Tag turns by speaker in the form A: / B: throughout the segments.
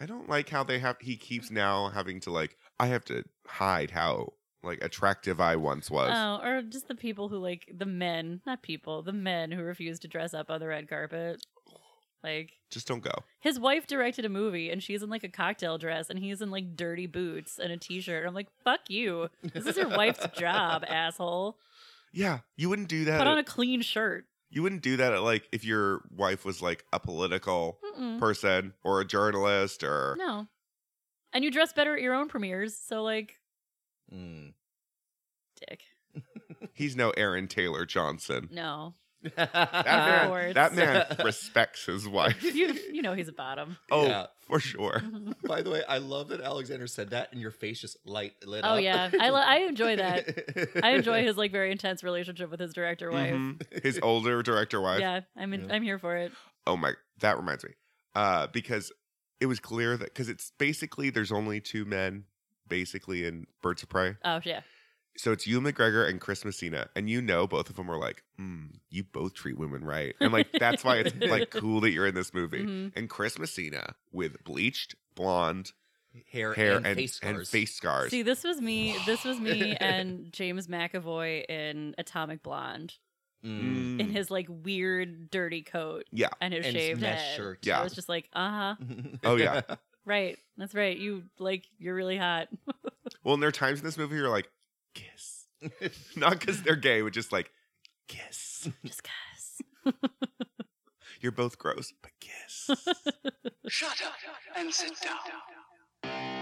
A: I don't like how they have. He keeps now having to like. I have to hide how like attractive I once was.
B: Oh, or just the people who like the men, not people, the men who refuse to dress up on the red carpet. Like
A: Just don't go.
B: his wife directed a movie and she's in like a cocktail dress and he's in like dirty boots and a t-shirt. I'm like, "Fuck you. This is your wife's job, asshole.
A: Yeah, you wouldn't do that.
B: Put on
A: at-
B: a clean shirt."
A: you wouldn't do that at like if your wife was like a political
B: Mm-mm.
A: person or a journalist or
B: Mm-hmm. No. And you dress better at your own premieres, so like
C: Mm.
B: dick.
A: he's no Aaron Taylor Johnson.
B: No.
A: That
B: Of
A: man,
B: course.
A: that man respects his wife.
B: You you know he's a bottom.
A: Oh,
C: Yeah.
A: for sure.
B: Mhm.
C: By the way, I love that Alexander said that, and your face just light lit up.
B: Oh yeah. I lo- I enjoy that. I enjoy
C: his.
B: his like very intense relationship with his director wife.
C: Mm-hmm.
A: Mhm. His older director wife.
B: Yeah, I'm in,
C: Yeah.
B: I'm here for it.
A: Oh my, that reminds me. Uh, because it was clear that because it's basically there's only two men basically in Birds of Prey.
B: Oh yeah.
A: So it's you McGregor and Chris Messina, and you know both of them are like, mm, you both treat women right, and like that's why it's like cool that you're in this movie.
C: Mm-hmm.
B: Mhm.
A: And Chris Messina with bleached blonde
C: hair,
A: hair
C: and,
A: and,
C: face scars.
A: and face scars.
B: See, this was me. This was me and James McAvoy in Atomic Blonde
C: Mm.
A: Mm.
B: in his like weird, dirty coat.
A: Yeah.
B: and his
C: And his
B: shaved
C: mesh
B: head.
C: shirt.
A: Yeah.
B: I was just like, uh huh,
A: Oh, yeah.
B: right. That's right. You like, you're really hot.
A: Well, and there are times in this movie you're like, kiss, not because they're gay, but just like, kiss.
B: just guys.
A: You're both gross, but kiss.
D: Shut up and sit down.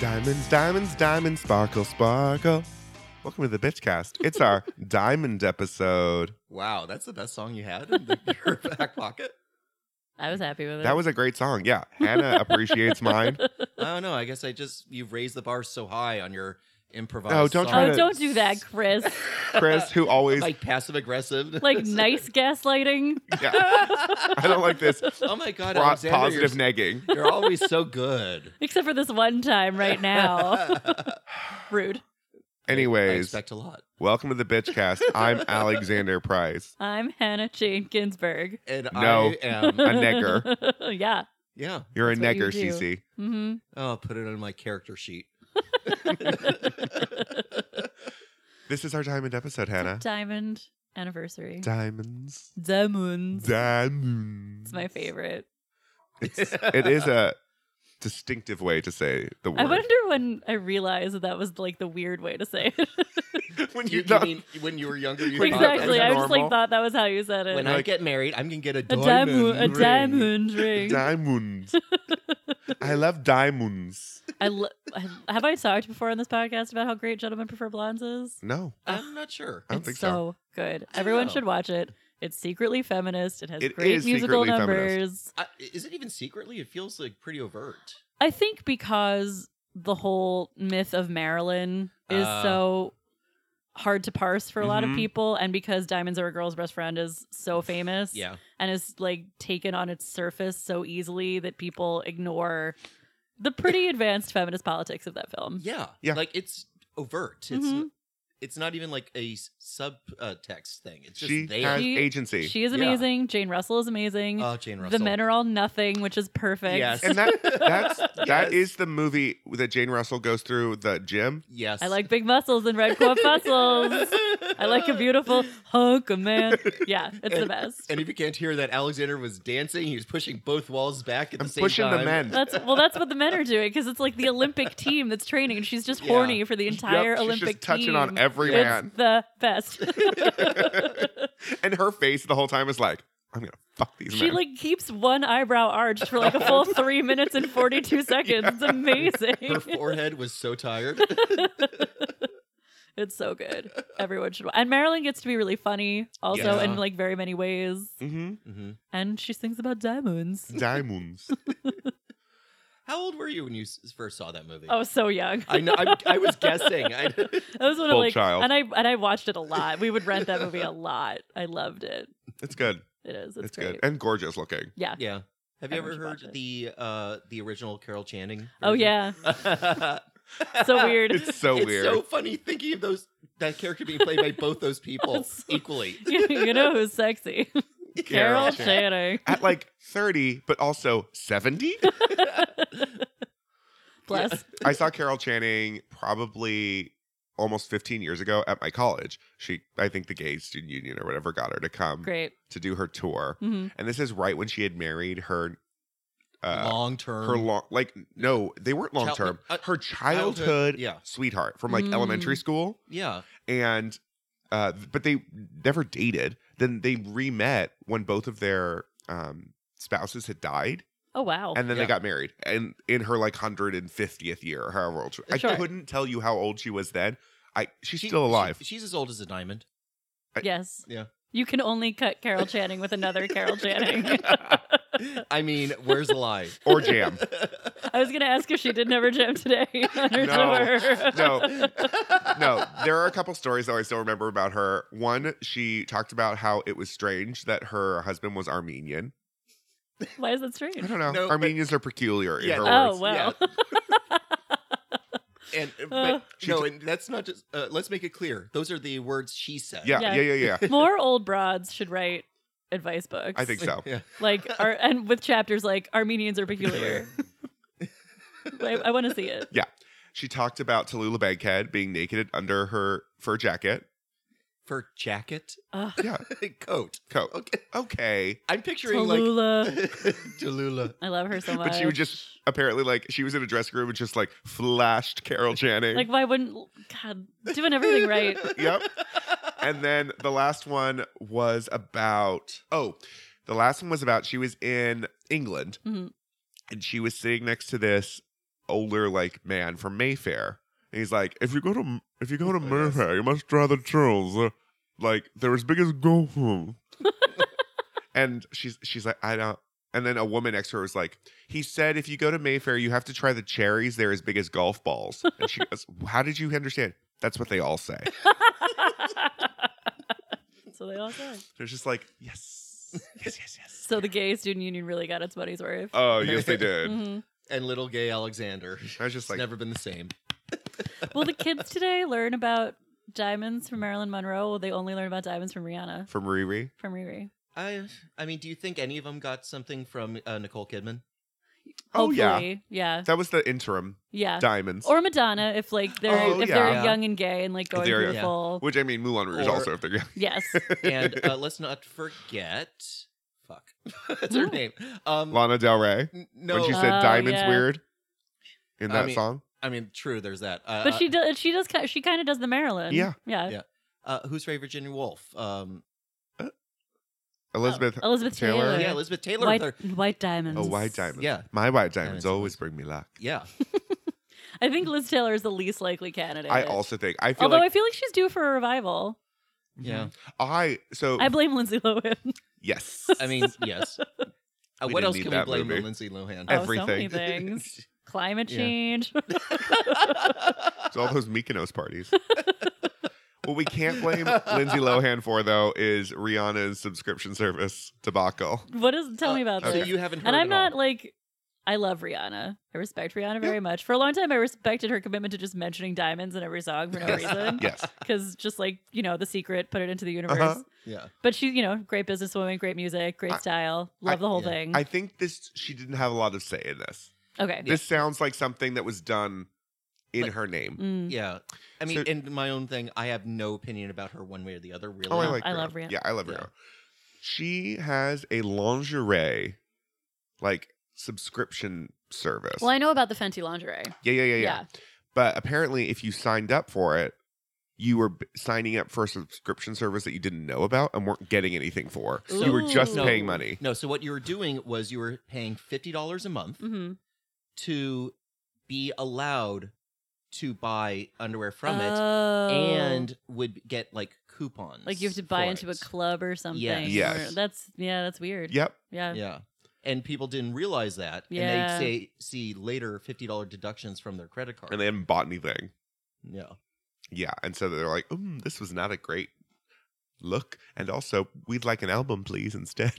A: Diamonds, diamonds, diamonds, sparkle, sparkle. Welcome to the Bitchcast. It's our diamond episode.
C: wow, that's the best song you had in the, your back pocket.
B: I was happy with it.
A: That was a great song. Yeah, Hannah appreciates mine.
C: I don't know. I guess I just you've raised the bar so high on your improvised.
A: No, don't try
B: Oh,
A: to-
B: don't do that, Chris.
A: Chris, who always,
C: like passive aggressive,
B: Like nice gaslighting.
A: yeah, I don't like this
C: Oh my god,
A: pro-
C: Alexander,
A: positive
C: you're,
A: negging.
C: you're always so good.
B: Except for this one time right now. Rude.
C: I
A: Anyways,
C: expect a lot.
A: welcome to the Bitchcast. I'm Alexander Price.
B: I'm Hannah Jane Ginsburg.
C: And
A: No.
C: I am.
A: A nigger.
B: yeah.
C: Yeah.
A: You're a
B: That's
A: negger,
B: what you do.
A: CC.
B: Mm-hmm.
C: Oh, I'll put it on my character sheet.
A: This is our diamond episode, Hannah.
B: Diamond anniversary.
A: Diamonds.
B: Diamonds.
A: Diamonds.
B: It's my favorite.
A: It is a distinctive way to say the
B: I
A: word.
B: wonder when I realized that that was like the weird way to say it.
A: when
C: You, you mean when you were younger? You thought that was
B: exactly. I just
A: normal.
B: like thought that was how you said it.
C: When I
A: Like-
C: get married, I'm gonna get a
B: a
C: diamond.
B: diamond, a diamond ring.
C: ring.
A: Diamonds. I love diamonds.
B: I lo- I, have I talked before on this podcast about how great Gentlemen Prefer Blondes is?
A: No,
C: I'm not sure.
A: I don't
B: it's
A: think
B: so,
A: so.
B: good.
C: I
B: Everyone
C: know.
B: should watch it. It's secretly feminist. It has
A: It
B: great
A: is
B: musical
A: secretly
B: numbers.
A: feminist.
C: I, is it even secretly? It feels like pretty overt.
B: I think because the whole myth of Marilyn is
C: Uh.
B: so hard to parse for a lot
C: Mm-hmm.
B: of
A: Mhm.
B: people, and because Diamonds Are a Girl's Best Friend is so famous
C: Yeah.
B: and is like taken on its surface so easily that people ignore the pretty advanced feminist politics of that film.
C: Yeah.
A: Yeah.
C: Like it's overt. It's
B: Mhm.
C: it's not even like a s- subtext thing. It's just
A: She
C: there.
A: has
B: She-
A: agency.
B: She is
C: Yeah.
B: amazing. Jane Russell is amazing.
C: oh, Jane Russell.
B: the men are all nothing, which is perfect.
C: Yes.
A: and that that's
C: Yes.
A: that is the movie that Jane Russell goes through the gym.
C: Yes.
B: I like big muscles and red corpuscles. I like a beautiful hunk of man. Yeah, it's the
C: And-
B: best.
C: And if you can't hear that, Alexander was dancing. He was pushing both walls back at
A: I'm
C: the same
A: pushing
C: time.
A: the men.
B: That's well. That's what the men are doing because it's like the Olympic team that's training, and she's just
C: Yeah.
B: horny for the entire
A: Yep,
B: Olympic
A: she's just touching
B: team.
A: on every
B: it's
A: man,
B: the best.
A: and her face the whole time is like, "I'm gonna fuck these
B: she
A: men."
B: like keeps one eyebrow arched for like a full three minutes and forty two seconds. It's
C: Her
B: amazing.
C: forehead was so tired.
B: It's so good. Everyone should. wa- And Marilyn gets to be really funny also
C: Yeah.
B: in like very many ways.
A: Mhm.
C: hmm
B: And she sings about diamonds.
A: Mm. diamonds.
C: How old were you when you s- first saw that movie?
B: I was Oh, so young.
C: I know. I, I was guessing. I,
B: I was one of
A: Full
B: like,
A: child.
B: and I and I watched it a lot. We would rent that movie a lot. I loved it.
A: It's good.
B: It is. It's,
A: It's, good
B: great.
A: and gorgeous looking.
B: Yeah.
C: yeah. Have
B: I
C: you ever
B: should watch
C: heard
B: it.
C: the uh, the original Carol Channing?
B: Oh
C: version?
B: yeah. so weird.
A: It's so
C: it's
A: weird.
C: so funny thinking of those that character being played by both those people
B: It's-
C: equally.
B: you, you know who's sexy? Carol
A: Chan.
B: Channing.
A: At like 30, but also 70?
B: Bless.
A: I saw Carol Channing probably almost 15 years ago at my college. She, I think the gay student union or whatever got her to come
B: Great.
A: to do her tour.
B: Mhm.
A: And this is right when she had married her, uh,
C: long term.
A: her long, like, no, they weren't
C: Chil-
A: long term.
C: uh,
A: Her childhood,
C: Yeah.
A: sweetheart from like
B: Mm.
A: elementary school.
C: Yeah.
A: And, uh, but they never dated. Then they re met when both of their, um, spouses had died
B: Oh wow.
A: and then
C: Yeah.
A: they got married and in her like 150th year or however old she, i
B: Sure.
A: couldn't tell you how old she was then i she's
C: She-
A: still alive
C: she- she's as old as a diamond.
B: yes.
C: Yeah.
B: You can only cut Carol Channing with another Carol Channing.
C: I mean, where's the lie?
A: or jam
B: I was gonna ask if she did never jam today on her
A: No.
B: tour.
A: No. no there are a couple stories though i still remember about her one she talked about how it was strange that her husband was armenian
B: Why is that
A: i
B: strange?
A: don't know
C: No, but-
A: armenians are peculiar in
C: Yeah,
A: her
B: Oh
A: words
B: wow.
C: And
B: Uh.
C: but, no, and that's not just. Uh, let's make it clear. Those are the words she said.
A: yeah,
B: Yeah.
A: yeah yeah yeah
B: More old broads should write advice books.
A: i think so
C: Yeah.
B: like are and with chapters like Armenians are peculiar. I, I want to see it.
A: she talked about tallulah baghead being naked under her fur jacket
C: Fur jacket,
B: Ugh.
A: yeah
C: coat.
A: coat
C: Okay.
A: okay
C: I'm picturing like
B: Tallulah.
C: Tallulah.
B: I love her so much.
A: But she would just apparently like she was in a dressing room and just like flashed Carol Channing.
B: like, why wouldn't God doing everything right?
A: yep. And then the last one was about oh, the last one was about she was in England
B: Mhm.
A: and she was sitting next to this older like man from Mayfair. And he's like, if you go to if you go to
C: yes.
A: Mayfair, you must try the trolls. Uh, like they're as big as golf. and she's she's like, I don't. And then a woman next to her was like, he said, if you go to Mayfair, you have to try the cherries. They're as big as golf balls. And she goes, how did you understand? That's what they all say.
B: so they all said.
A: They're just like, yes, yes, yes, yes.
B: So the gay student union really got its money's worth.
A: Oh, yes, they did.
B: Mhm.
C: and little gay Alexander. It's
A: I was just like,
C: never been the same.
B: Will the kids today learn about diamonds from Marilyn Monroe? Will they only learn about diamonds from Rihanna?
A: from Riri.
B: From Riri?
C: I I mean, do you think any of them got something from uh, Nicole Kidman?
A: Oh, yeah.
B: Hopefully. Yeah.
A: That was the interim
B: Yeah.
A: diamonds.
B: Or Madonna if like they're
A: Oh,
B: if
A: yeah.
B: they're young and gay and like going
A: They're-
B: through the
C: yeah.
B: full
A: which I mean, Moulin Rouge
C: Or-
A: also. If they're
B: Yes.
C: And uh, let's not forget, fuck, that's her
B: What?
C: name. Um,
A: Lana Del Rey.
C: n- no,
A: When she
B: Oh,
A: said diamonds
B: yeah.
A: weird in
C: I
A: that
C: mean-
A: song.
C: I mean, true. There's that. Uh,
B: But
C: uh,
B: she does she does ki- she kind of does the Marilyn.
A: Yeah.
B: Yeah.
C: Yeah. uh, who's Ray Virginia Woolf? Um, oh.
A: Elizabeth,
B: Elizabeth
A: Taylor?
B: Taylor.
A: Right.
C: yeah, Elizabeth Taylor.
B: White,
C: with her-
B: white diamonds.
A: oh, white diamonds.
C: Yeah.
A: My white
C: Diamonds
A: diamonds always bring me luck.
C: yeah,
B: I think Liz Taylor is the least likely candidate.
A: I also think, I feel
B: although I
A: like,
B: feel like she's due for a revival.
C: yeah.
A: I, so,
B: I blame Lindsay Lohan.
A: yes.
C: I mean, yes. Uh,
A: We
C: what
A: didn't
C: else
A: need
C: can we
A: that
C: blame
A: movie.
C: on Lindsay Lohan?
B: Oh, so many
A: Everything.
B: things. Climate
C: Yeah.
B: change.
A: It's all those Mykonos parties. what we can't blame Lindsay Lohan for, though, is Rihanna's subscription service debacle.
B: what is? Tell me
C: Uh,
B: about
C: So
B: this.
C: you haven't heard
B: and I'm
C: at all.
B: not like. I love Rihanna. I respect Rihanna very much. For a long time, I respected her commitment to just mentioning diamonds in every song for no
A: Yes.
B: reason.
A: Yes.
B: Because just like, you know, the secret, put it into the universe.
A: Uh-huh.
C: Yeah.
B: But she, you know, great businesswoman, great music, great
A: I-
B: style. Love
A: I-
B: the whole
C: yeah.
B: thing.
A: I think this, she didn't have a lot of say in this.
B: okay.
A: This sounds like something that was done in
C: Like-
A: her name.
B: Mm.
C: Yeah. I mean,
A: So-
C: in my own thing, I have no opinion about her one way or the other, really.
A: Oh, I
B: Yeah,
A: like
B: I
A: Rihanna.
B: love Rihanna.
A: Yeah, I love
C: Yeah.
A: Rihanna. She has a lingerie, like, subscription service.
B: Well, I know about the Fenty lingerie.
A: yeah, yeah, yeah, yeah, But apparently, if you signed up for it, you were b- signing up for a subscription service that you didn't know about and weren't getting anything for. You were just
C: Ooh.
A: paying money.
C: No, so what you were doing was you were paying $50 a month
B: hmm
C: to be allowed to buy underwear from it
B: oh.
C: and would get like coupons.
B: like you have to buy
C: for
B: into a
C: it.
B: club or something.
A: Yes.
B: or- that's yeah, that's weird.
A: Yep.
B: Yeah.
C: Yeah. And people didn't realize that.
B: Yeah.
C: And they say see later $50 deductions from their credit card.
A: And they haven't bought anything.
C: yeah.
A: Yeah. And so they're like, mm, this was not a great look. And also, we'd like an album, please, instead.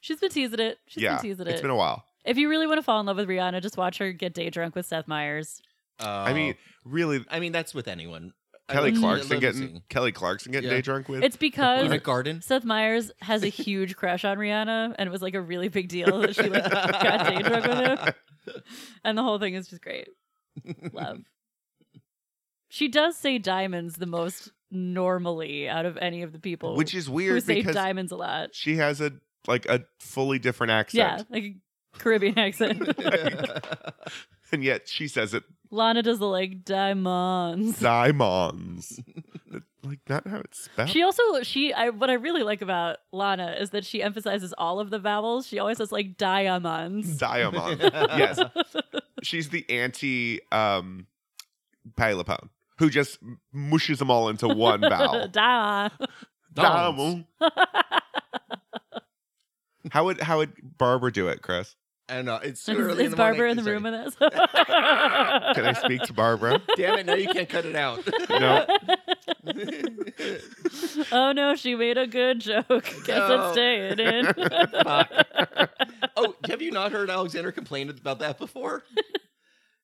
B: She's been teasing it. She's
A: yeah.
B: been teasing
A: It's
B: it.
A: been a while.
B: if you really want to fall in love with Rihanna, just watch her get day drunk with Seth Meyers.
A: I mean, really,
C: Um, I mean that's with anyone. I
A: Kelly
C: wouldn't say
A: Clarkson getting
C: limousine.
A: Kelly Clarkson getting
C: Yeah.
A: day drunk with.
B: It's
C: in a
B: because
C: garden.
B: Seth Meyers has a huge crush on Rihanna, and it was like a really big deal that she like got day drunk with him. and the whole thing is just great. Love. she does say diamonds the most normally out of any of the people
A: which is
B: who
A: weird
B: say
A: because
B: diamonds a lot.
A: she has a like a fully different
B: Yeah,
A: accent,
B: like a Caribbean accent.
A: and yet she says it
B: Lana does the like diamonds.
A: diamonds, like not how it's spelled.
B: She also she I what I really like about Lana is that she emphasizes all of the vowels. She always says like diamonds.
A: Diamond. yes, she's the anti um, Patty LuPone, who just mushes them all into one vowel.
B: Diamond.
A: Diamond. How would how would Barbara do it, Chris?
C: I don't know. It's too
B: Is,
C: early in
B: is
C: the
B: Barbara in
C: morning.
B: the room with us?
A: Can I speak to Barbara?
C: Sorry. Damn it! No, you can't cut it out.
A: No.
B: oh no, she made a good joke. Guess it's
C: No.
B: staying in.
C: Fuck. Oh, have you not heard Alexander complain about that before?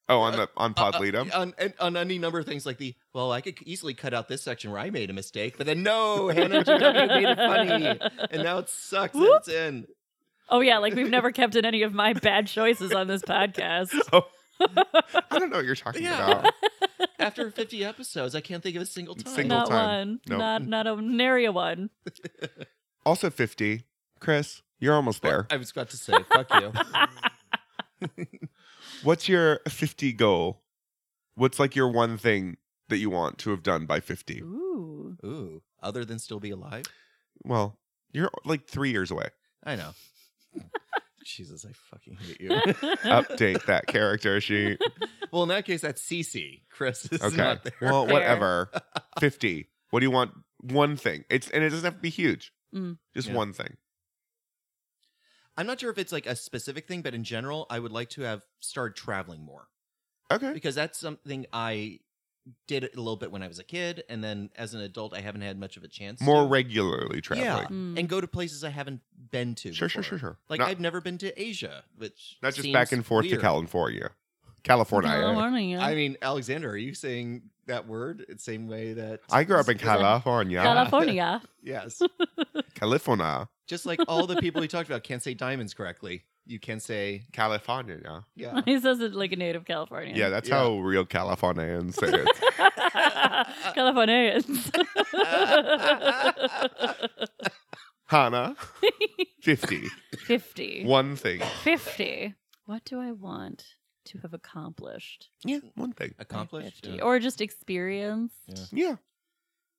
A: Oh, on the on
C: Uh, uh,
A: Podleadum.
C: on, and- on any number of things like the well, I could easily cut out this section where I made a mistake, but then no, Hannah and JW made it funny, and now it sucks. And
B: Whoop.
C: it's in.
B: oh yeah, like we've never kept in any of my bad choices on this podcast.
A: I don't know what you're talking
C: Yeah.
A: about.
C: After 50 episodes, I can't think of a single time.
A: Single-
B: not
A: time.
B: one.
A: No.
B: Not not a nary a one.
A: Also, fifty, Chris. You're almost there.
C: I was about to say, fuck you.
A: What's your fifty goal? What's like your one thing that you want to have done by fifty?
B: Ooh.
C: Ooh, other than still be alive?
A: Well, you're like three years away.
C: I know. Jesus, I fucking hate you.
A: Update that character sheet.
C: well, in that case, that's CC. Chris is
A: Okay.
C: not there.
A: Well,
B: Fair.
A: whatever. Fifty. What do you want? One thing. It's and it doesn't have to be huge.
B: Mm.
A: Just
C: Yeah.
A: one thing.
C: I'm not sure if it's like a specific thing, but in general, I would like to have started traveling more.
A: Okay.
C: because that's something I did a little bit when I was a kid, and then as an adult, I haven't had much of a chance.
A: More
C: to.
A: regularly traveling.
B: Mm.
C: and go to places I haven't been to.
A: Sure, sure, sure,
C: before.
A: sure.
C: Like
A: not,
C: I've never been to Asia, which
A: not just
C: seems
A: back and forth to
C: weird.
A: California, California.
B: California.
C: I mean, Alexander, are you saying that word the same way that
A: I grew up in
C: Because I'm-
A: California.
C: Cala-
B: California.
C: Yes,
A: California.
C: just like all the people you talked about can't say diamonds correctly. You can say
A: California. Yeah.
C: yeah.
B: he says it like a native Californian.
A: Yeah, that's
C: Yeah.
A: how real Californians say it.
B: Californians.
A: Hannah, 50.
B: 50.
A: One thing.
B: 50. What do I want to have accomplished?
A: Yeah, one thing.
B: by
C: Accomplished.
B: 50?
C: Yeah.
B: Or just experienced?
C: Yeah.
A: Yeah.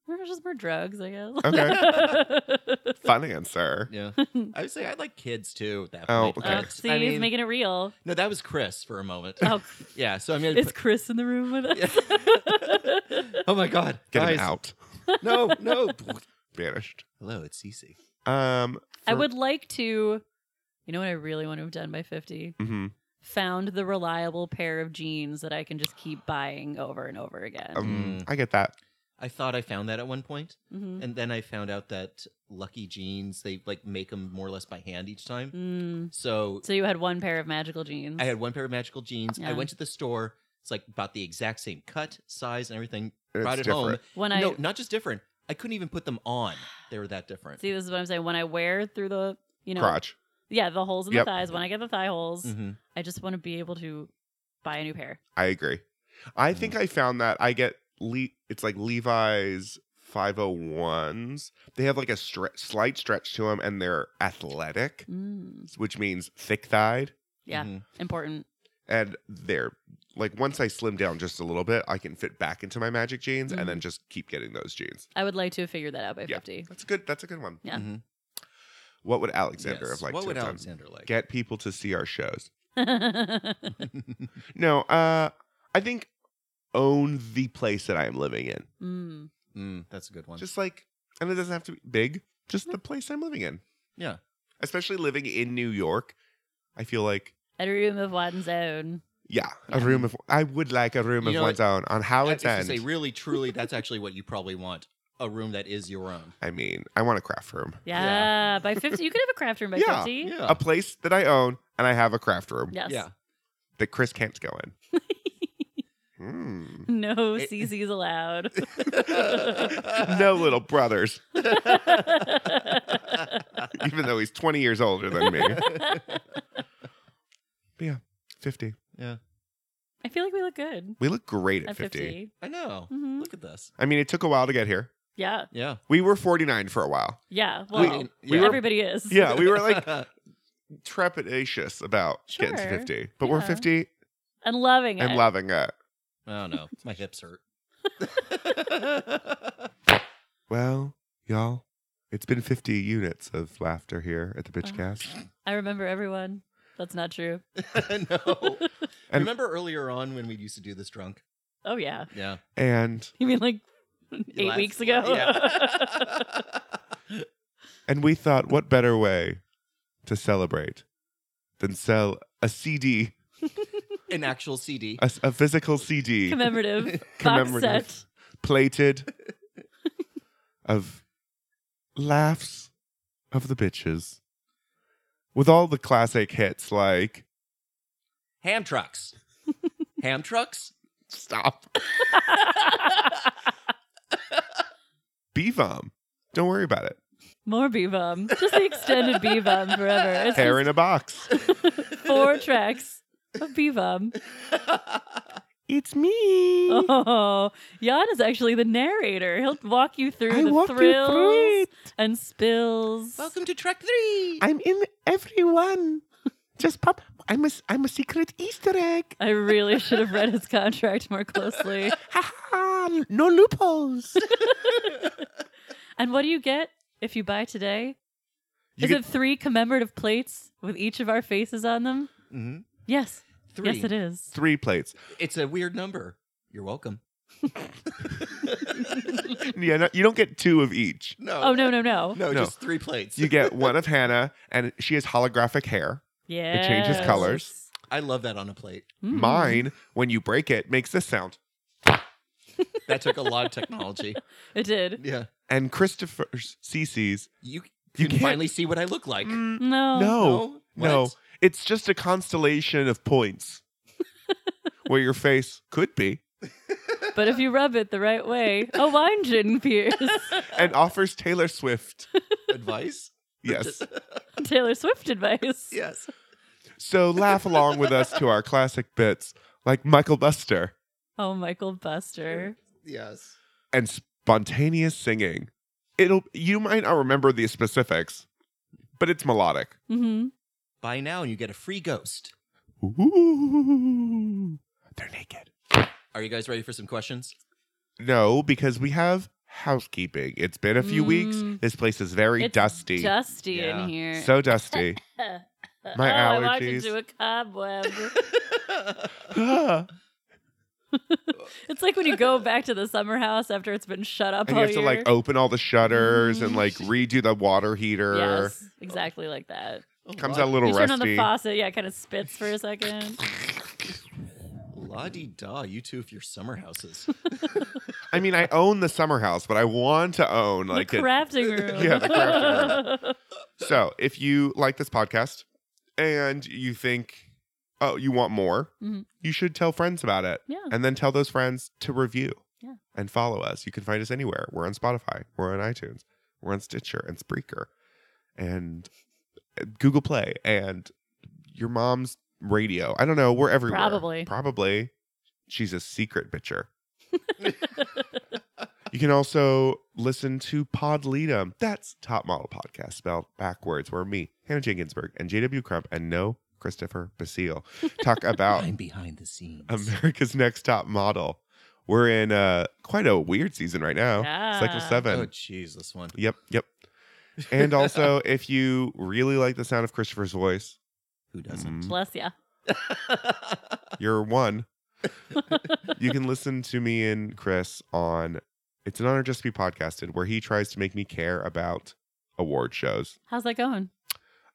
B: Or just more drugs, I guess.
A: Okay. Fun answer.
C: Yeah. I would say I like kids too. At that
A: Oh,
C: point.
A: okay.
B: Oh,
C: but,
B: see,
C: I
B: he's
C: mean-
B: making it real.
C: No, that was Chris for a moment.
B: Oh,
C: Yeah, so I'm gonna.
B: is Chris in the room with us?
C: put- oh my God,
A: Get
C: guys!
A: him out.
C: No, no.
A: Banished.
C: Hello, it's Cece.
A: Um,
B: I
A: for-
B: would like to, you know what I really want to have done by 50?
A: mhm.
B: Found the reliable pair of jeans that I can just keep buying over and over again.
C: Mm.
A: Um, I get that.
C: I thought I found that at one point,
B: Mhm.
C: and then I found out that Lucky Jeans they like make them more or less by hand each time.
B: Mm.
C: So
B: So you had one pair of magical jeans.
C: I had one pair of magical jeans. I
B: Yeah.
C: went to the store. It's like about the exact same cut, size, and everything.
A: It's
C: brought it home.
A: different.
B: when I
C: no, not just different. I couldn't even put them on. They were that different.
B: see, this is what I'm saying. When I wear through the, you know,
A: Crotch.
B: yeah, the holes in
A: Yep. Mm-hmm.
B: the thighs. When I get the thigh holes,
C: hmm
B: I just want to be able to buy a new pair.
A: I agree. I
C: Mm.
A: think I found that I get le- it's like Levi's 501s. They have like a stre- slight stretch to them and they're athletic,
B: Mm.
A: which means thick thighed.
B: Yeah,
C: mm-hmm,
B: important.
A: And they're like once I slim down just a little bit, I can fit back into my magic jeans and
C: Mm-hmm.
A: then just keep getting those jeans.
B: I would like to have figured that out by
A: Yeah.
B: 50.
A: That's a good that's a good one.
B: Yeah.
A: What would Alexander have liked
C: mm-hmm. What
A: to
C: would
A: have done?
C: Alexander like?
A: Get people to see our shows.
B: Mm.
A: No, uh I think own the place that I am living in.
B: mm.
C: Mm, that's a good one.
A: Just like, and it doesn't have to be big, just the place I'm living in.
C: Yeah.
A: Especially living in New York, I feel like,
B: A room of one's own.
A: yeah, a room of, I would like a room
C: You
A: of
C: know,
A: one's own on how
C: I
A: it's
C: was gonna
A: end.
C: say, really, truly, that's actually what you probably want. A room that is your own.
A: I mean, I want a craft room,
B: Yeah,
C: Yeah.
B: by 50. You could have a craft room by
A: Yeah.
B: 50.
A: a place that I own, and I have a craft room
B: Yes.
C: Yeah.
A: that Chris can't go in. Mm.
B: No
C: It-
B: CC's allowed.
A: No little brothers,
B: That's
A: even though he's 20 years older than me. 50.
B: I feel like we look good
A: We look great
B: at
A: at 50.
B: 50.
C: I know.
B: Mhm.
C: Look at this.
A: I mean, it took a while to get here.
B: Yeah,
C: Yeah.
A: We were 49 for a while.
B: yeah.
C: I
B: Well,
C: mean,
A: we were-
B: everybody is.
A: Yeah, we were like trepidatious about getting to
B: Sure.
A: 50, but we're
B: Yeah.
A: 50
B: And loving it.
A: and loving it.
C: oh no, my hips hurt.
A: Well, y'all, it's been 50 units of laughter here at the Bitchcast.
B: I remember everyone. That's not true.
C: no.
A: Oh. And-
C: Remember earlier on when we used to do this drunk?
B: Oh yeah.
C: Yeah.
A: And
B: You mean like eight
C: Last-
B: weeks ago?
C: Yeah.
A: and we thought what better way to celebrate than sell a CD,
C: An actual CD.
A: a, a physical CD
B: Commemorative box
A: Commemorative.
B: set.
A: plated of laughs of the bitches with all the classic hits like
C: Ham trucks. Ham trucks?
A: stop b-vom don't worry about it
B: More B bomb. Just the extended B bomb forever. It's
A: hair in a box
B: just four tracks of B bomb.
A: it's me
B: Oh, Jan is actually the narrator. He'll walk you through
A: I
B: the
A: walked you through
B: thrills
A: it.
B: and spills.
C: Welcome to track three.
A: i'm in everyone just pop i'm a i'm a secret easter egg
B: I really should have read his contract more closely.
A: ha ha no loopholes
B: And what do you get if you buy today?
A: You
B: is
A: get-
B: it three commemorative plates with each of our faces on them?
C: hmm
B: Yes.
C: Three.
B: Yes, it is.
A: three plates
C: It's a weird number. You're welcome.
A: yeah no, you don't get two of each
C: No.
B: Oh, no, no, no.
C: No,
A: No.
C: just three plates.
A: you get one of hannah and she has holographic hair
B: Yeah.
A: changes colours.
C: I love that on a plate.
B: Mm. Mm-hmm.
A: Mine, when you break it, makes this sound.
C: That took a lot of technology.
B: It did.
C: Yeah.
A: And Christopher's CC's.
C: You
A: You
C: can
A: can't-
C: finally see what I look like.
A: Mm,
B: Oh, No.
A: no, no.
C: What?
A: It's just a constellation of points where your face could be
B: But if you rub it the right way, a wine gin appears.
A: and offers Taylor Swift.
C: Advice?
A: Yes.
B: Taylor Swift advice.
C: Yes.
A: So laugh along with us to our classic bits like Michael Buster
B: Oh, Michael Buster.
C: Yes.
A: and spontaneous singing. It'll you might not remember the specifics, but it's melodic.
B: hmm
C: Buy now and you get a free ghost.
A: Ooh, they're naked.
C: Are you guys ready for some questions?
A: No, because we have housekeeping. It's been a few weeks.
B: Mm.
A: This place is very
B: It's
A: dusty.
B: Dusty
C: Yeah.
B: in here.
A: so dusty. my
B: oh, I walked
A: allergies.
B: into a cobweb.
C: Oh,
A: Ah.
B: it's like when you go back to the summer house after it's been shut up
A: and you
B: all
A: have to
B: year.
A: like open all the shutters and like redo the water heater.
B: Mm. Yes, exactly like that.
A: Comes out a little
B: you turn on the
A: rusty.
B: faucet, yeah, it kind of spits for a second.
C: La di da, you two with your summer houses.
A: I mean, I own the summer house, but I want to own like
B: the
A: it.
B: crafting room.
A: Yeah, the crafting So if you like this podcast and you think, oh, you want more,
B: Mhm.
A: you should tell friends about it.
B: yeah.
A: and then tell those friends to review
B: Yeah.
A: and follow us. You can find us anywhere. We're on Spotify, we're on iTunes, we're on Stitcher and Spreaker and eh, Google Play and your mom's radio. I don't know. We're everywhere.
B: Probably.
A: Probably. She's a secret bitcher. you can also listen to Podleadum. That's Top Model Podcast spelled backwards, where me, Hannah Jane Ginsburg, and JW Crump, and no Christopher Basile talk about
C: I'm behind the scenes.
A: America's Next Top Model. We're in uh, quite a weird season right now. Cycle
B: Yeah.
A: seven.
C: oh, jeez, this one.
A: Yep, yep. And also, if you really like the sound of Christopher's voice,
C: Who doesn't?
A: mm,
B: Bless ya.
A: you're one. you can listen to me and Chris on It's an Honor Just to Be Podcasted, where he tries to make me care about award shows.
B: How's that going?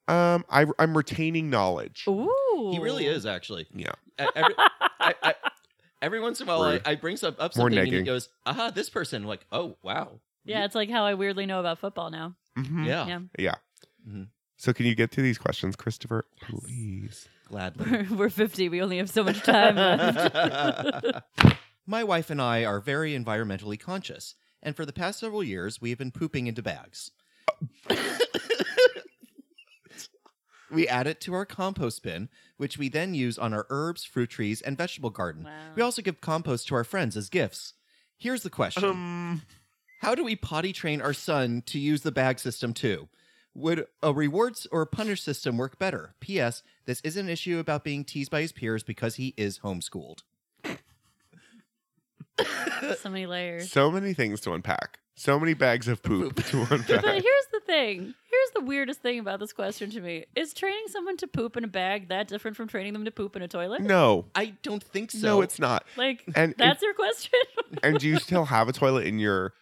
A: Um, I, I'm retaining knowledge.
B: Ooh.
C: he really is, actually.
A: Yeah.
C: E- every, I, I, every once in a while, I,
A: Rude.
C: I bring some, up
A: More
C: something and he
A: negging.
C: goes, aha, this person. like, oh, wow.
B: Mm, Yeah, it's like how I weirdly know about football now.
A: Mhm.
C: Yeah.
B: Yeah.
A: So can you get through these questions, Christopher? Please.
C: Gladly.
B: We're, we're 50. We only have so much time left.
C: My wife and I are very environmentally conscious, and for the past several years, we have been pooping into bags. we add it to our compost bin, which we then use on our herbs, fruit trees, and vegetable garden.
B: Wow.
C: We also give compost to our friends as gifts. Here's the question
A: Um,
C: How do we potty train our son to use the bag system too? Would a rewards or punish system work better? P.S. This is an issue about being teased by his peers because he is homeschooled.
B: so many layers.
A: so many things to unpack. So many bags of poop, to
B: But
A: unpack.
B: here's the thing. Here's the weirdest thing about this question to me. Is training someone to poop in a bag that different from training them to poop in a toilet?
A: No,
C: I don't think so.
A: no, it's not.
B: Like,
A: And
B: that's your question?
A: and do you still have a toilet in your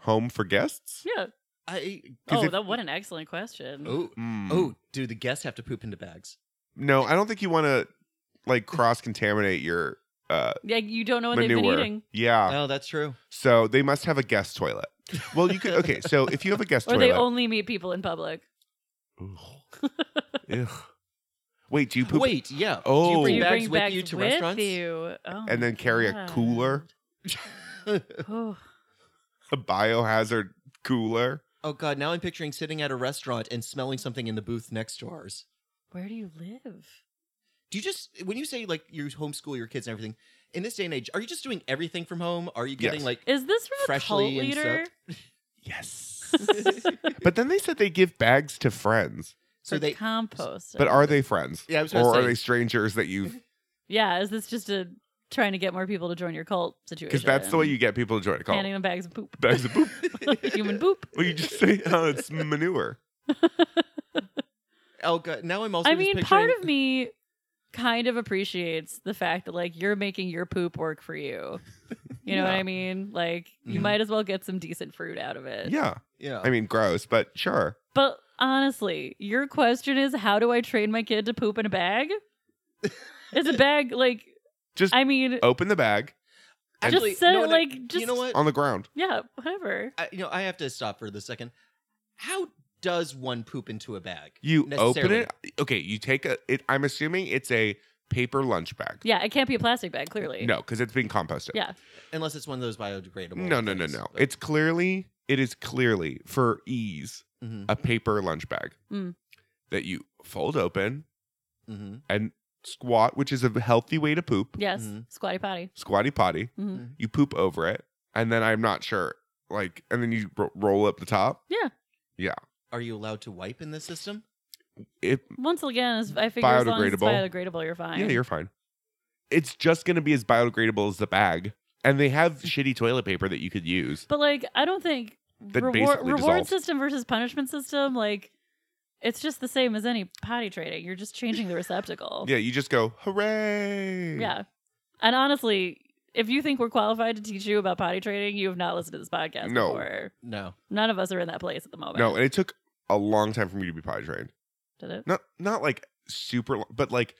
A: home for guests?
B: yeah.
C: I.
A: 'Cause
B: Oh,
A: if-
B: that, what an excellent question.
C: Oh,
A: Mm.
C: oh, do the guests have to poop into bags?
A: No, I don't think you want to like cross contaminate your uh
B: Yeah, you don't know what Oh, they've
A: manure.
B: been eating.
A: Yeah.
C: oh, that's true.
A: So they must have a guest toilet. Well, you could okay, so if you have a guest
B: Or
A: toilet.
B: they only meet people in public.
A: Ugh. Ugh. Wait, do you poop
C: Wait, yeah. do
A: Oh.
C: you
B: Do
C: bring
B: you
C: bags
B: bring
C: with
B: bags
C: you to
B: with
C: restaurants?
B: you?
A: and
B: Oh my
A: then carry a
B: God.
A: cooler,
B: Oh,
A: a biohazard cooler?
C: oh God, now I'm picturing sitting at a restaurant and smelling something in the booth next to ours.
B: where do you live?
C: Do you just when you say like you homeschool your kids and everything in this day and age? Are you just doing everything from home? Are you getting
A: Yes.
C: like?
B: Is this from a cult
C: Freshly and
B: leader?
A: Yes. but then they said they give bags to friends.
C: So
B: For
C: they.
B: compost.
A: But are they friends?
C: Yeah, I was gonna
A: Or are
C: say.
A: they strangers that you've
B: Yeah, is this just a trying to get more people to join your cult situation?
A: because that's the way you get people to join a cult.
B: handing them bags of poop,
A: Bags of poop.
B: human poop.
A: Well, you just say, oh, it's manure.
C: Oh God, now I'm also.
B: I
C: just
B: mean,
C: picturing,
B: part of me kind of appreciates the fact that like you're making your poop work for you. You know what
A: Yeah.
B: I mean? Like you
C: Mhm.
B: might as well get some decent fruit out of it.
A: Yeah.
C: Yeah.
A: I mean, gross, but sure.
B: But honestly, your question is how do I train my kid to poop in a bag? It's a bag like
A: Just
B: I mean
A: open the bag
B: just
C: Oh, Actually,
B: said
C: you know
B: it
C: what I-
B: like just
C: you know what?
A: on the ground.
B: yeah, whatever.
C: I, you know, I have to stop for the second. How does one poop into a bag?
A: You open
C: necessarily?
A: it. Okay, you take a. It, I'm assuming it's a paper lunch bag.
B: Yeah, it can't be a plastic bag clearly.
A: No, because it's being composted.
B: Yeah.
C: unless it's one of those biodegradable.
A: No, no, no,
C: things,
A: no.
C: but-
A: It's clearly. It is clearly for ease
C: Mhm,
A: a paper lunch bag
B: Mm.
A: that you fold open
C: mhm.
A: and squat, which is a healthy way to poop.
B: Yes.
C: Mhm.
B: Squatty potty.
A: Squatty potty.
B: hmm
A: You poop over it, and then I'm not sure. Like, and then you ro- roll up the top.
C: Are you allowed to wipe in this system?
A: It
C: Mm-hmm.
B: Once again, it's- I figure as long as it's
A: Biodegradable.
B: biodegradable, you're fine.
A: Yeah, you're fine. It's just going to be as biodegradable as the bag. And they have
B: Mm.
A: shitty toilet paper that you could use.
B: But like, I don't think
A: That
B: reward,
A: basically
B: reward
A: dissolves.
B: system versus punishment system, like, it's just the same as any potty training. You're just changing the receptacle.
A: Yeah, you just go, hooray.
B: Yeah. And honestly, if you think we're qualified to teach you about potty training, you have not listened to this podcast
A: No.
B: before.
C: No.
B: None of us are in that place at the moment.
A: No, and it took a long time for me to be potty trained.
B: Did it?
A: Not not like super long, but like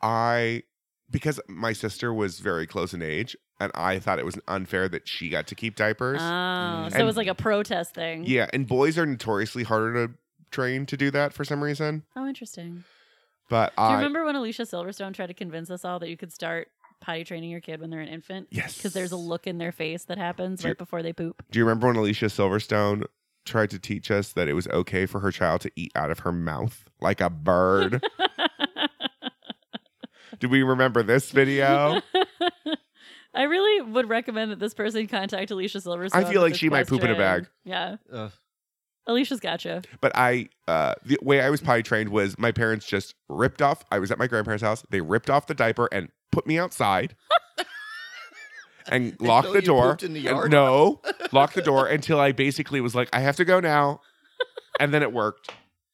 A: I because my sister was very close in age and I thought it was unfair that she got to keep diapers.
B: Oh, so it
A: And-
B: was like a protest thing.
A: yeah, and boys are notoriously harder to train to do that for some reason.
B: Oh, interesting.
A: But
B: Do
A: I
B: you remember when Alicia Silverstone tried to convince us all that you could start potty training your kid when they're an infant?
A: Yes.
B: Because there's a look in their face that happens
A: Do you-
B: right before they poop.
A: Do you remember when Alicia Silverstone tried to teach us that it was okay for her child to eat out of her mouth like a bird? Do we remember this video?
B: I really would recommend that this person contact Alicia Silverstone.
A: I feel
B: with
A: like
B: this
A: she might poop in a
B: question.
A: bag.
B: Yeah.
C: Ugh.
B: Alicia's gotcha.
A: But I, uh, the way I was potty trained was my parents just ripped off. I was at my grandparents' house. They ripped off the diaper and put me outside and
C: They
A: locked
C: thought
A: the
C: you
A: door.
C: pooped in the
A: And
C: yard.
A: no, locked the door until I basically was like, I have to go now. And then it worked.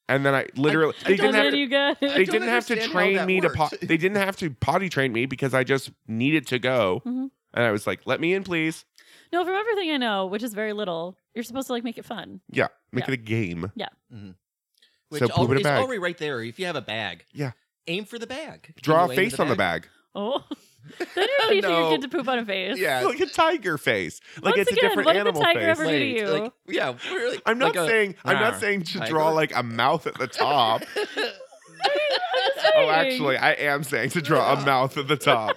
A: And then I literally,
C: I
A: they
C: don't
A: didn't have
B: Wasn't
A: to,
B: you good?
A: they
C: don't
A: didn't have to
C: understand how
A: train
C: that
A: me to
C: worked.
A: pot they didn't have to potty train me because I just needed to go.
C: Mm-hmm.
B: Mhm.
A: And I was like, let me in, please.
B: no, from everything I know, which is very little, you're supposed to like make it fun.
A: Yeah. Make
B: Yeah.
A: it a game.
C: Which
A: So poop
C: al-
A: in a
C: is
A: bag.
C: already right there. If you have a bag,
A: Yeah.
C: Aim for the bag. Can
A: Draw a
C: you aim at
A: face on the bag.
B: Oh, Then you're teaching
A: No.
B: your kid to poop on a face.
A: Yeah, like a tiger face. Like
B: Once
A: it's
B: again,
A: a different
B: what did the
A: animal
B: tiger
A: face.
B: ever- Over to you.
C: like, yeah, really,
A: I'm not
C: like a-
A: saying I'm
C: Rawr.
A: not saying to draw
C: Tiger.
A: like a mouth at the top.
B: Dang.
A: oh, actually, I am saying to draw a mouth at the top.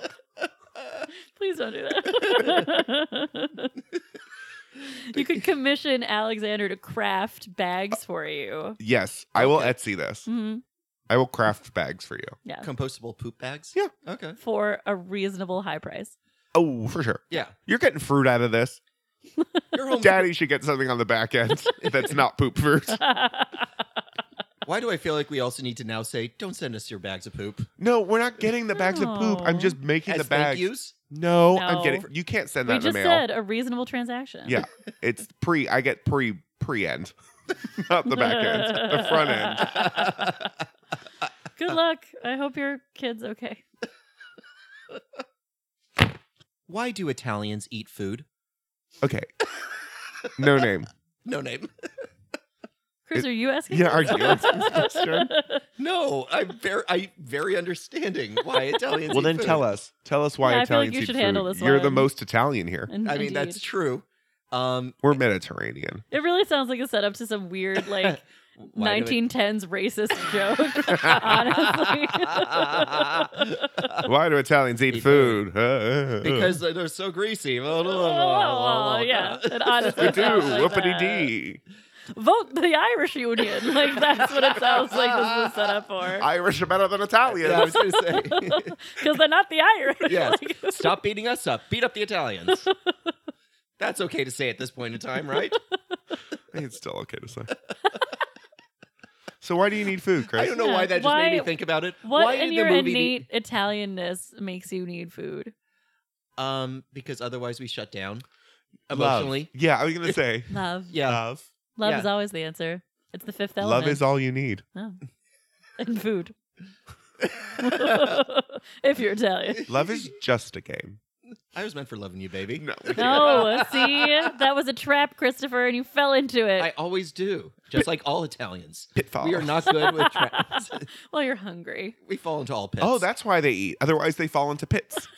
B: Please don't do that. you could commission Alexander to craft bags for you.
A: Yes, I will
C: Okay.
A: Etsy this.
B: hmm
A: I will craft bags for you.
B: Yeah.
C: compostable poop bags.
A: Yeah.
C: Okay.
B: For a reasonable high price.
A: Oh, for sure.
C: Yeah.
A: You're getting fruit out of this.
C: Your home.
A: Daddy should get something on the back end that's not poop fruit.
C: Why do I feel like we also need to now say, don't send us your bags of poop?
A: No, we're not getting the bags of poop. I'm just making
C: As
A: the
C: thank
A: bags.
C: yous.
A: No,
B: No.
A: I'm getting. You can't send
B: we
A: that in the
B: just
A: mail.
B: said a reasonable transaction.
A: Yeah. It's pre. I get pre pre end, not the back end, the front end.
B: Good
A: Uh,
B: luck. I hope your kid's okay.
C: Why do Italians eat food?
A: Okay. No name.
C: No name.
B: Chris,
A: It-
B: are you asking?
A: Yeah, are you asking this question?
C: No, I'm very, I very understanding why Italians.
A: Well,
C: eat
A: then
C: food.
A: tell us. Tell us why
B: Yeah, I feel like
A: Italians
B: you
A: eat
B: should
A: food.
B: handle this
A: You're the
B: one.
A: most Italian here.
B: In-
C: I mean, that's
B: indeed.
C: true. Um,
A: We're Mediterranean.
B: It really sounds like a setup to some weird, like
C: why do it-
B: 1910s racist joke. honestly.
A: Why do Italians eat,
C: Eat
A: food?
C: food.
A: because
C: because they're so greasy.
B: oh, yeah. It honestly
A: we do.
B: sounds like
A: Whoopity
B: that.
A: dee.
B: Vote the Irish Union. Like that's what it sounds like this is set up for.
A: Irish are better than
C: Yeah, I
A: Italians.
C: was gonna say.
B: Because they're not the Irish.
C: Yes.
B: Like,
C: Stop beating us up. Beat up the Italians. That's okay to say at this point in time, right?
A: I think it's still okay to say. so why do you need food, Chris?
C: I don't know why that just made
B: Why-
C: me think about it.
B: what
C: why
B: in
C: did
B: your
C: the movie be-
B: innate Italianness makes you need food?
C: um because otherwise we shut down
A: Love.
C: emotionally.
A: Yeah, I was gonna say
B: Love.
C: Yeah.
A: love.
B: Love
C: Yeah.
B: is always the answer. It's the fifth element.
A: Love is all you need.
B: and food. if you're Italian.
A: Love is just a game.
C: I was meant for loving you, baby.
A: No, we
B: No, see, that was a trap, Christopher, and you fell into it.
C: I always do. Just like all Italians.
A: pitfall.
C: We are not good with traps.
B: well, you're hungry.
C: we fall into all pits.
A: Oh, that's why they eat. Otherwise, they fall into pits.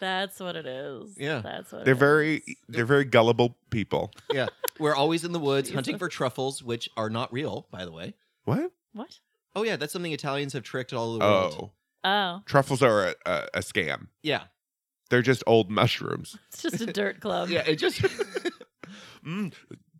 B: That's what it is.
C: Yeah.
B: that's what it
A: they're
B: is.
A: very, they're very gullible people.
C: yeah. We're always in the woods hunting for truffles, which are not real, by the way.
A: What?
B: What?
C: Oh yeah, that's something Italians have tricked all the world.
A: Oh,
B: Oh,
A: truffles are a, a, a scam.
C: Yeah.
A: They're just old mushrooms.
B: it's just a dirt club.
C: Um, Yeah, it just
A: Mm,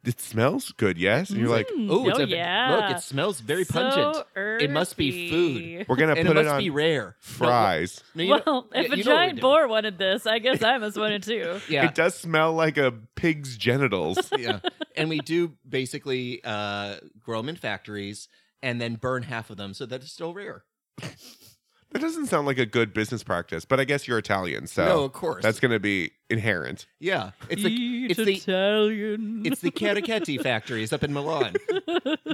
A: it smells good, yes. And you're like,
B: Mm,
C: Oh, it's
B: oh
C: a,
B: yeah.
C: Look, it smells very
B: So
C: pungent. It must be
B: earthy.
A: we're gonna
C: And
A: put
C: it
A: it,
C: must
A: on
C: be rare.
A: fries.
C: No, you know-
B: well, if
C: yeah,
B: a
C: you know what we
B: giant
C: do.
B: boar wanted this, I guess I must want it too.
C: yeah.
A: It does smell like a pig's genitals.
C: yeah. And we do basically uh, grow them in factories and then burn half of them so that it's still rare.
A: that doesn't sound like a good business practice, but I guess you're Italian, so
C: no, of course.
A: that's gonna be inherent.
C: yeah. It's the
B: Eat
C: it's the-
B: Italian.
C: it's the Caricetti factories up in Milan.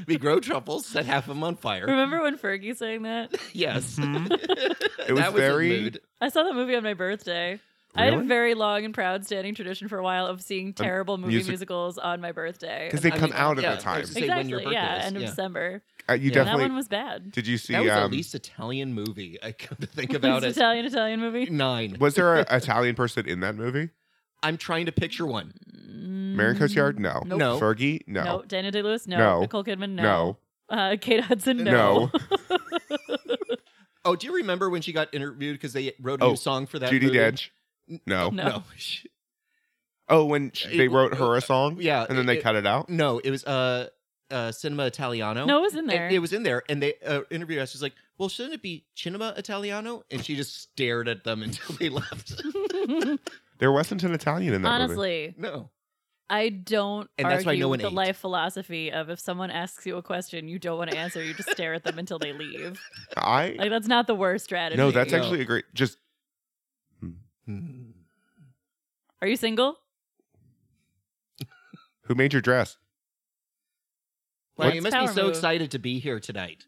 C: we grow truffles, set half of them on fire.
B: Remember when Fergie sang that?
C: Yes.
A: Mhm.
C: it
A: was
C: that was
A: very-
C: his mood.
B: I saw that movie on my birthday. I had a
A: Really?
B: very long and proud standing tradition for a while of seeing terrible movie
A: music-
B: musicals on my birthday.
A: Because they
C: I
A: come
C: mean,
A: out
C: yeah,
A: at the time.
C: there's-
B: exactly,
C: say when your birthday
B: yeah,
C: is,
B: end of
C: yeah.
B: December.
A: Uh, you
C: Yeah.
B: And
A: definitely
B: that one was bad.
A: did. You see?
C: That was the
A: um,
C: least Italian movie I could think
B: It's
C: about it.
B: Italian Italian movie.
C: Nine.
A: was there an Italian person in that movie?
C: I'm trying to picture one.
A: Marion Cotillard? No.
C: Mm-hmm. Nope. No.
A: Fergie? No.
B: No. Daniel Day Lewis? No.
A: No.
B: Nicole Kidman? No.
A: No.
B: Uh, Kate Hudson? No.
A: No.
C: Oh, do you remember when she got interviewed because they wrote a
A: Oh,
C: new song for that?
A: Judy
C: movie?
A: Dench? No.
B: No.
C: No.
A: Oh, when sh- they
C: It-
A: wrote her a song?
C: yeah,
A: And then they
C: it-
A: cut it out?
C: No, it was uh, uh, Cinema Italiano.
B: No, it was in
C: And
B: there.
C: It was in there, and they uh, interviewed us. She's like, "Well, shouldn't it be Cinema Italiano?" And she just stared at them until they left.
A: There wasn't an Italian in that movie.
B: Honestly,
C: no,
B: I don't
C: And
B: argue
C: that's why no one
B: with the
C: ate.
B: life philosophy of if someone asks you a question you don't want to answer, you just stare at them until they leave.
A: I.
B: Like that's not the worst strategy.
A: No, that's
C: No.
A: actually a great. Just.
C: Hmm.
B: Are you single?
A: Who made your dress?
C: wow,
B: What's
C: you must be
B: power
C: so
B: move?
C: excited to be here tonight.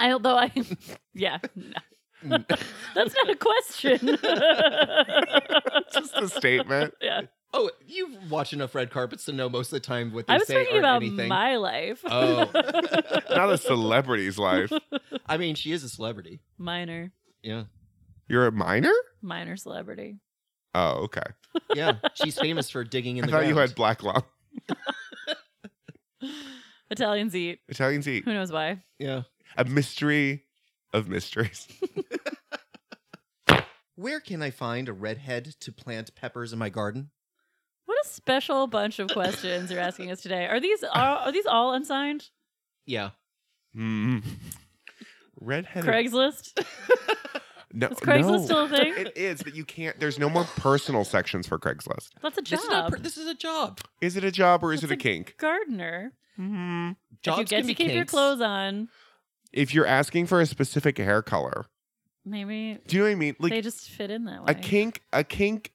B: I although I yeah. no. That's not a question.
A: Just a statement.
B: yeah.
C: Oh, you've watched enough red carpets to know most of the time what they
B: I was
C: say
B: thinking
C: or
B: about
C: anything.
B: my life.
C: Oh.
A: Not a celebrity's life.
C: I mean, she is a celebrity.
B: Minor.
C: Yeah.
A: You're a minor?
B: minor celebrity.
A: Oh, okay.
C: Yeah, she's famous for digging in
A: I
C: the
A: thought you
C: ground.
A: had black lung.
B: Italians eat.
A: Italians eat
B: Who knows why?
C: Yeah.
A: a mystery of mysteries.
C: Where can I find a redhead to plant peppers in my garden?
B: What a special bunch of questions you're asking us today. Are these are, are these all unsigned?
C: Yeah.
A: Hmm. Redheaded.
B: Craigslist?
A: no,
B: Is Craigslist
A: no.
B: still a thing?
A: It is, but you can't. There's no more personal sections for Craigslist.
B: That's a job.
C: This is, not per- this is a job.
A: Is it a job or is
B: That's
A: it a
B: a-
A: kink?
B: Gardener.
A: Hmm.
C: Jobs
B: if you get
C: can
B: to
C: be
B: keep your
C: kinks.
B: clothes on,
A: If you're asking for a specific hair color,
B: maybe
A: do you know what I mean?
B: they
A: Like
B: just fit in that way.
A: a kink, a kink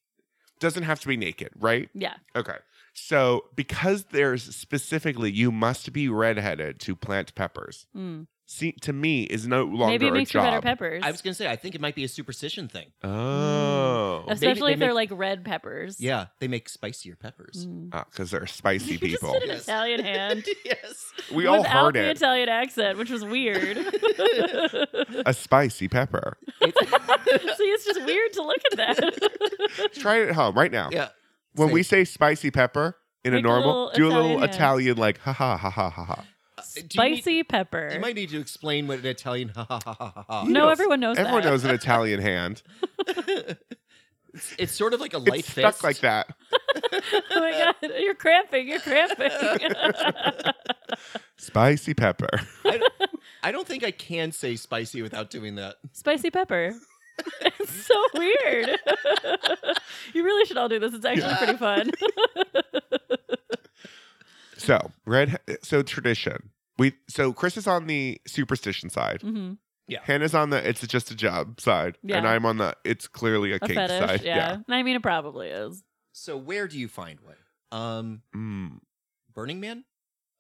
A: doesn't have to be naked, right?
B: Yeah.
A: Okay. So because there's specifically you must be redheaded to plant peppers.
B: Mm.
A: See, to me is no longer
B: Maybe it makes
A: a
B: for better
A: job.
B: peppers.
C: I was gonna say, I think it might be a superstition thing.
A: oh, because
B: Especially
C: they
B: if they're
C: make-
B: like red peppers.
C: Yeah, they make spicier peppers.
B: Mm.
A: Ah, they're spicy
B: You just
A: people.
B: did an
C: Yes.
B: Italian
A: Mm.
B: hand.
C: yes.
A: We all
B: without
A: heard
B: the
A: it.
B: Italian accent, which was weird.
A: a spicy pepper.
B: See, it's just weird to look at that.
A: Try it at home right now.
C: Yeah.
A: When
C: Say-
A: we say spicy pepper in a
B: Make a
A: normal,
B: little
A: do a little
B: Italian hand.
A: Italian like ha ha ha ha ha ha.
C: Uh, do you need-
B: Spicy pepper.
C: You might need to explain what an Italian ha ha ha ha ha.
A: You
B: no,
A: know,
B: everyone knows
A: Everyone
B: that.
A: knows an Italian hand.
C: It's, it's sort of like a
A: It's
C: light
A: stuck
C: fist.
A: like that.
B: oh my god, you're cramping. You're cramping.
A: Spicy pepper.
C: I don't, I don't think I can say spicy without doing that.
B: Spicy pepper. It's so weird. you really should all do this. It's actually pretty fun.
A: So red. So tradition. We so Chris is on the superstition side.
B: hmm
A: Hannah's on the it's just a job side, and
B: Yeah.
A: I'm on the it's clearly a,
B: A
A: kink
B: fetish.
A: side.
B: yeah. I mean, it probably is.
C: So where do you find one? Um,
A: Mm.
C: Burning Man?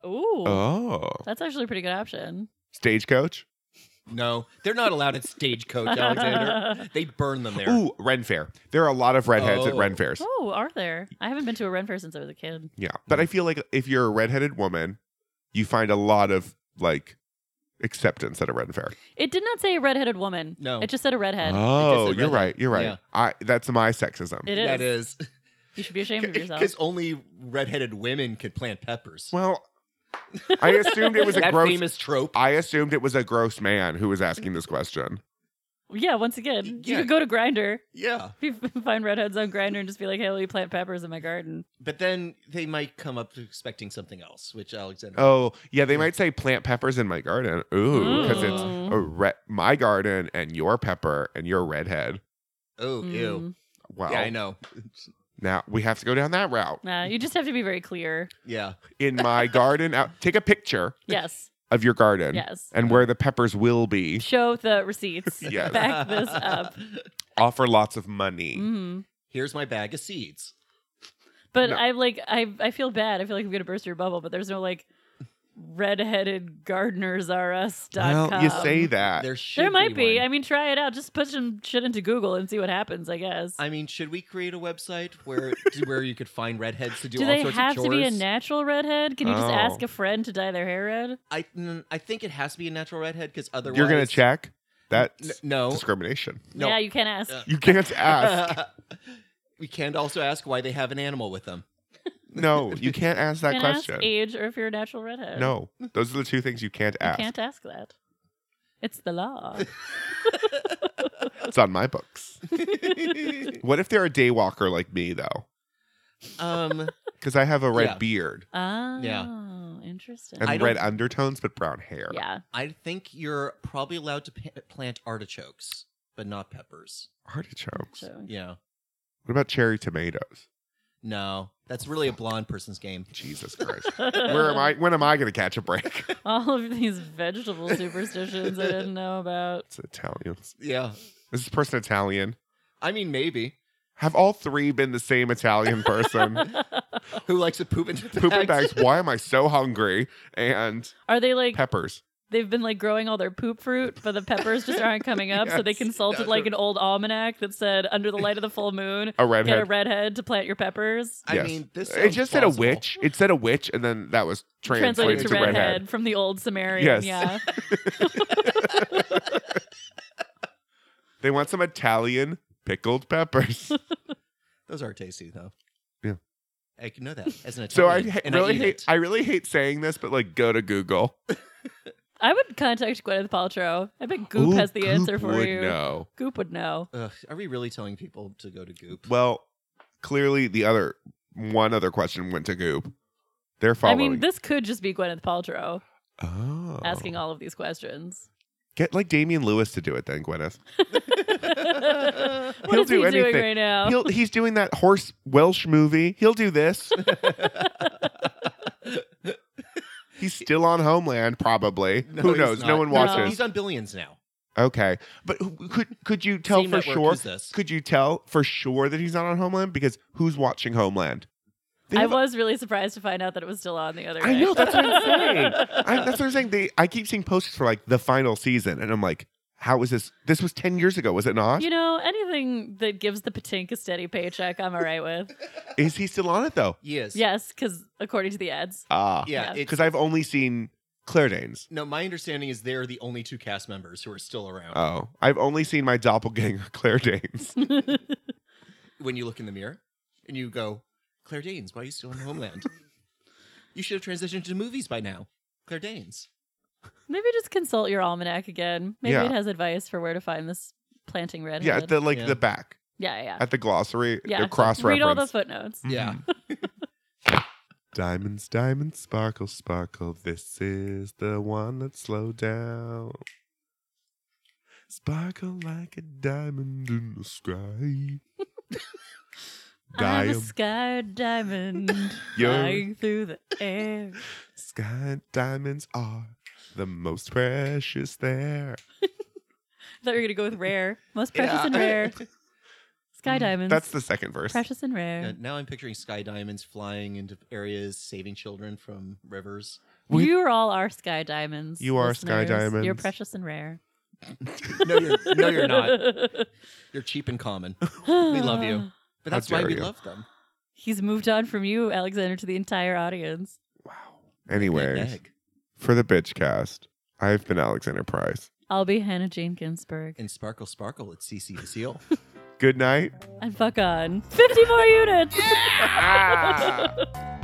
B: Ooh.
A: Oh,
B: That's actually a pretty good option.
A: stagecoach.
C: No, they're not allowed at Stagecoach, Alexander. They burn them there.
A: Ooh, Ren Fair. There are a lot of redheads at
C: Oh.
A: Ren Fairs.
B: oh, are there? I haven't been to a Ren fair since I was a kid.
A: Yeah, Mm. but I feel like if you're a redheaded woman, you find a lot of like acceptance at a Ren Fair.
B: It did not say a redheaded woman.
C: No.
B: It just said a redhead.
A: Oh,
C: It just said
A: you're
C: redhead.
A: right. You're right.
C: Yeah.
A: I that's my sexism.
B: it is.
C: That is.
B: You should be ashamed of yourself.
C: Because only redheaded women could plant peppers.
A: well, I assumed it was a
C: that
A: gross.
C: famous trope.
A: I assumed it was a gross man who was asking this question.
B: Yeah, once again, you
C: Yeah.
B: could go to Grinder,
C: yeah.
B: find redheads on Grinder, and just be like, "Hey, will you plant peppers in my garden?"
C: But then they might come up expecting something else, which Alexander.
A: Oh, yeah,
C: Mm.
A: they might say plant peppers in my garden. Ooh, because it's
B: Mm.
A: a re- my garden and your pepper and your redhead.
C: Oh, ew.
B: Mm.
A: Well,
C: Yeah, I know.
A: now we have to go down that route.
B: Nah, you just have to be very clear.
C: Yeah.
A: In my garden, out, take a picture
B: Yes,
A: of your garden
B: yes.
A: and where the peppers will be.
B: Show the receipts.
A: Yes.
B: Back this up.
A: Offer lots of money.
B: Mhm.
C: Here's my bag of seeds.
B: But
A: No.
B: I'm like, I I feel bad. I feel like I'm gonna burst your bubble, but there's no like redheaded gardeners are us. dot
A: Well, you
B: com.
A: say that.
C: There should
B: There might be.
C: one.
B: I mean, try it out. Just put some shit into Google and see what happens. I guess.
C: I mean, should we create a website where where you could find redheads to do,
B: do
C: all
B: they
C: sorts
B: have
C: of chores?
B: to be a natural redhead? Can you just
A: Oh.
B: ask a friend to dye their hair red?
C: I mm, I think it has to be a natural redhead because otherwise
A: You're going to check? That's
C: N- no,
A: discrimination.
C: no.
B: Yeah, you can ask.
C: Uh,
A: You can't ask.
C: we can also ask why they have an animal with them.
A: no, you can't ask that
B: you can
A: question.
B: ask age or if you're a natural redhead.
A: no, those are the two things you can't
B: you
A: ask.
B: can't ask that. It's the law.
A: It's on my books. What if they're a daywalker like me, though?
C: um,
A: Because I have a red
C: Yeah.
A: beard.
B: oh,
C: Yeah.
B: interesting.
A: and
C: I don't-
A: red undertones but brown hair.
B: yeah,
C: I think you're probably allowed to pa- plant artichokes, but not peppers.
A: Artichokes.
B: so
C: Yeah,
A: What about cherry tomatoes?
C: no, that's really a blonde person's game.
A: Jesus Christ. Where am I when am I gonna catch a break?
B: all of these vegetable superstitions I didn't know about.
A: It's Italians.
C: Yeah,
A: Is this person Italian?
C: I mean maybe.
A: Have all three been the same Italian person?
C: Who likes to poop into bags?
A: Pooping bags, why am I so hungry? And
B: Are they like
A: peppers.
B: they've been like growing all their poop fruit, but the peppers just aren't coming up? So they
A: Yes.
B: consulted like an old almanac that said, under the light of the full moon,
A: A
B: get a
A: redhead.
B: redhead to plant your peppers.
C: I
A: Yes.
C: mean, this
A: it just
C: sounds
A: said a
C: plausible.
A: witch. It said a witch, and then that was
B: Translated
A: translated,
B: to
A: to
B: redhead,
A: redhead.
B: from the old Sumerian.
A: Yes.
B: Yeah.
A: They want some Italian pickled peppers.
C: Those are tasty though.
A: Yeah.
C: I can know that as an Italian.
A: so I ha-
C: and
A: really
C: eat
A: hate.
C: it.
A: I really hate saying this, but like, go to Google.
B: I would contact Gwyneth Paltrow. I bet Goop
A: Ooh,
B: has the
A: Goop
B: answer for
A: would
B: you.
A: know.
B: Goop would know.
C: Ugh, are we really telling people to go to Goop?
A: Well, clearly the other one other question went to Goop. They're
B: I
A: following.
B: mean, this could just be Gwyneth Paltrow
A: oh.
B: asking all of these questions.
A: Get like Damian Lewis to do it then, Gwyneth.
B: what
A: He'll
B: is he
A: do anything.
B: doing right now?
A: He'll, he's doing that horse Welsh movie. He'll do this. he's still on Homeland, probably.
C: No,
A: Who
C: he's
A: knows? No
C: not.
A: one
B: No.
A: watches.
C: He's on Billions now.
A: Okay, but who- could could you tell
C: Same
A: for
C: network
A: sure?
C: as this.
A: Could you tell for sure that he's not on Homeland? Because who's watching Homeland? They
B: I
A: have-
B: was really surprised to find out that it was still on the other
A: I
B: day.
A: know, that's what I'm saying. I, that's what I'm saying. They, I keep seeing posts for like the final season, and I'm like, how is this? This was ten years ago, was it not?
B: You know, anything that gives the Patink a steady paycheck, I'm all right with.
A: Is he still on it though?
C: Yes.
B: yes, because according to the ads,
A: Ah,
C: Yeah.
B: Yeah.
C: it's-
A: because I've only seen Claire Danes.
C: no, my understanding is they're the only two cast members who are still around.
A: Oh, I've only seen my doppelganger Claire Danes.
C: when you look in the mirror and you go, Claire Danes, why are you still in Homeland? you should have transitioned to movies by now. Claire Danes.
B: maybe just consult your almanac again. Maybe
A: Yeah.
B: it has advice for where to find this planting red.
A: yeah, at the like
C: Yeah.
A: the back
B: yeah, yeah.
A: at the glossary,
B: yeah.
A: the cross
B: Read all the
A: reference.
B: footnotes.
C: Yeah.
A: Diamonds, diamonds, sparkle, sparkle. This is the one that's slow down. Sparkle like a diamond in the sky.
B: I'm a
A: Diam,
B: sky diamond
A: your
B: flying through the air.
A: sky diamonds are the most precious there.
B: I thought you were gonna go with rare, most precious
A: Yeah. Mm-hmm.
B: and rare. Sky diamonds,
A: That's the second verse.
B: precious and rare.
C: Uh, now I'm picturing sky diamonds flying into areas, saving children from rivers.
A: We-
B: you are all our sky diamonds.
A: You are sky
B: listeners. You're
A: diamonds.
B: precious and rare.
C: No, you're, no, you're not. You're cheap and common. We love you. But
A: How
C: that's why
A: dare
C: we
A: you.
C: love them.
B: He's moved on from you, Alexander, to the entire audience.
A: Wow. Anyways,
C: Nutmeg.
A: for the bitch cast, I've been Alexander Price.
B: I'll be Hannah Jane Ginsburg.
C: And sparkle, sparkle, it's CC the seal.
A: Good night.
B: And fuck on. 50 more units!
A: Ah!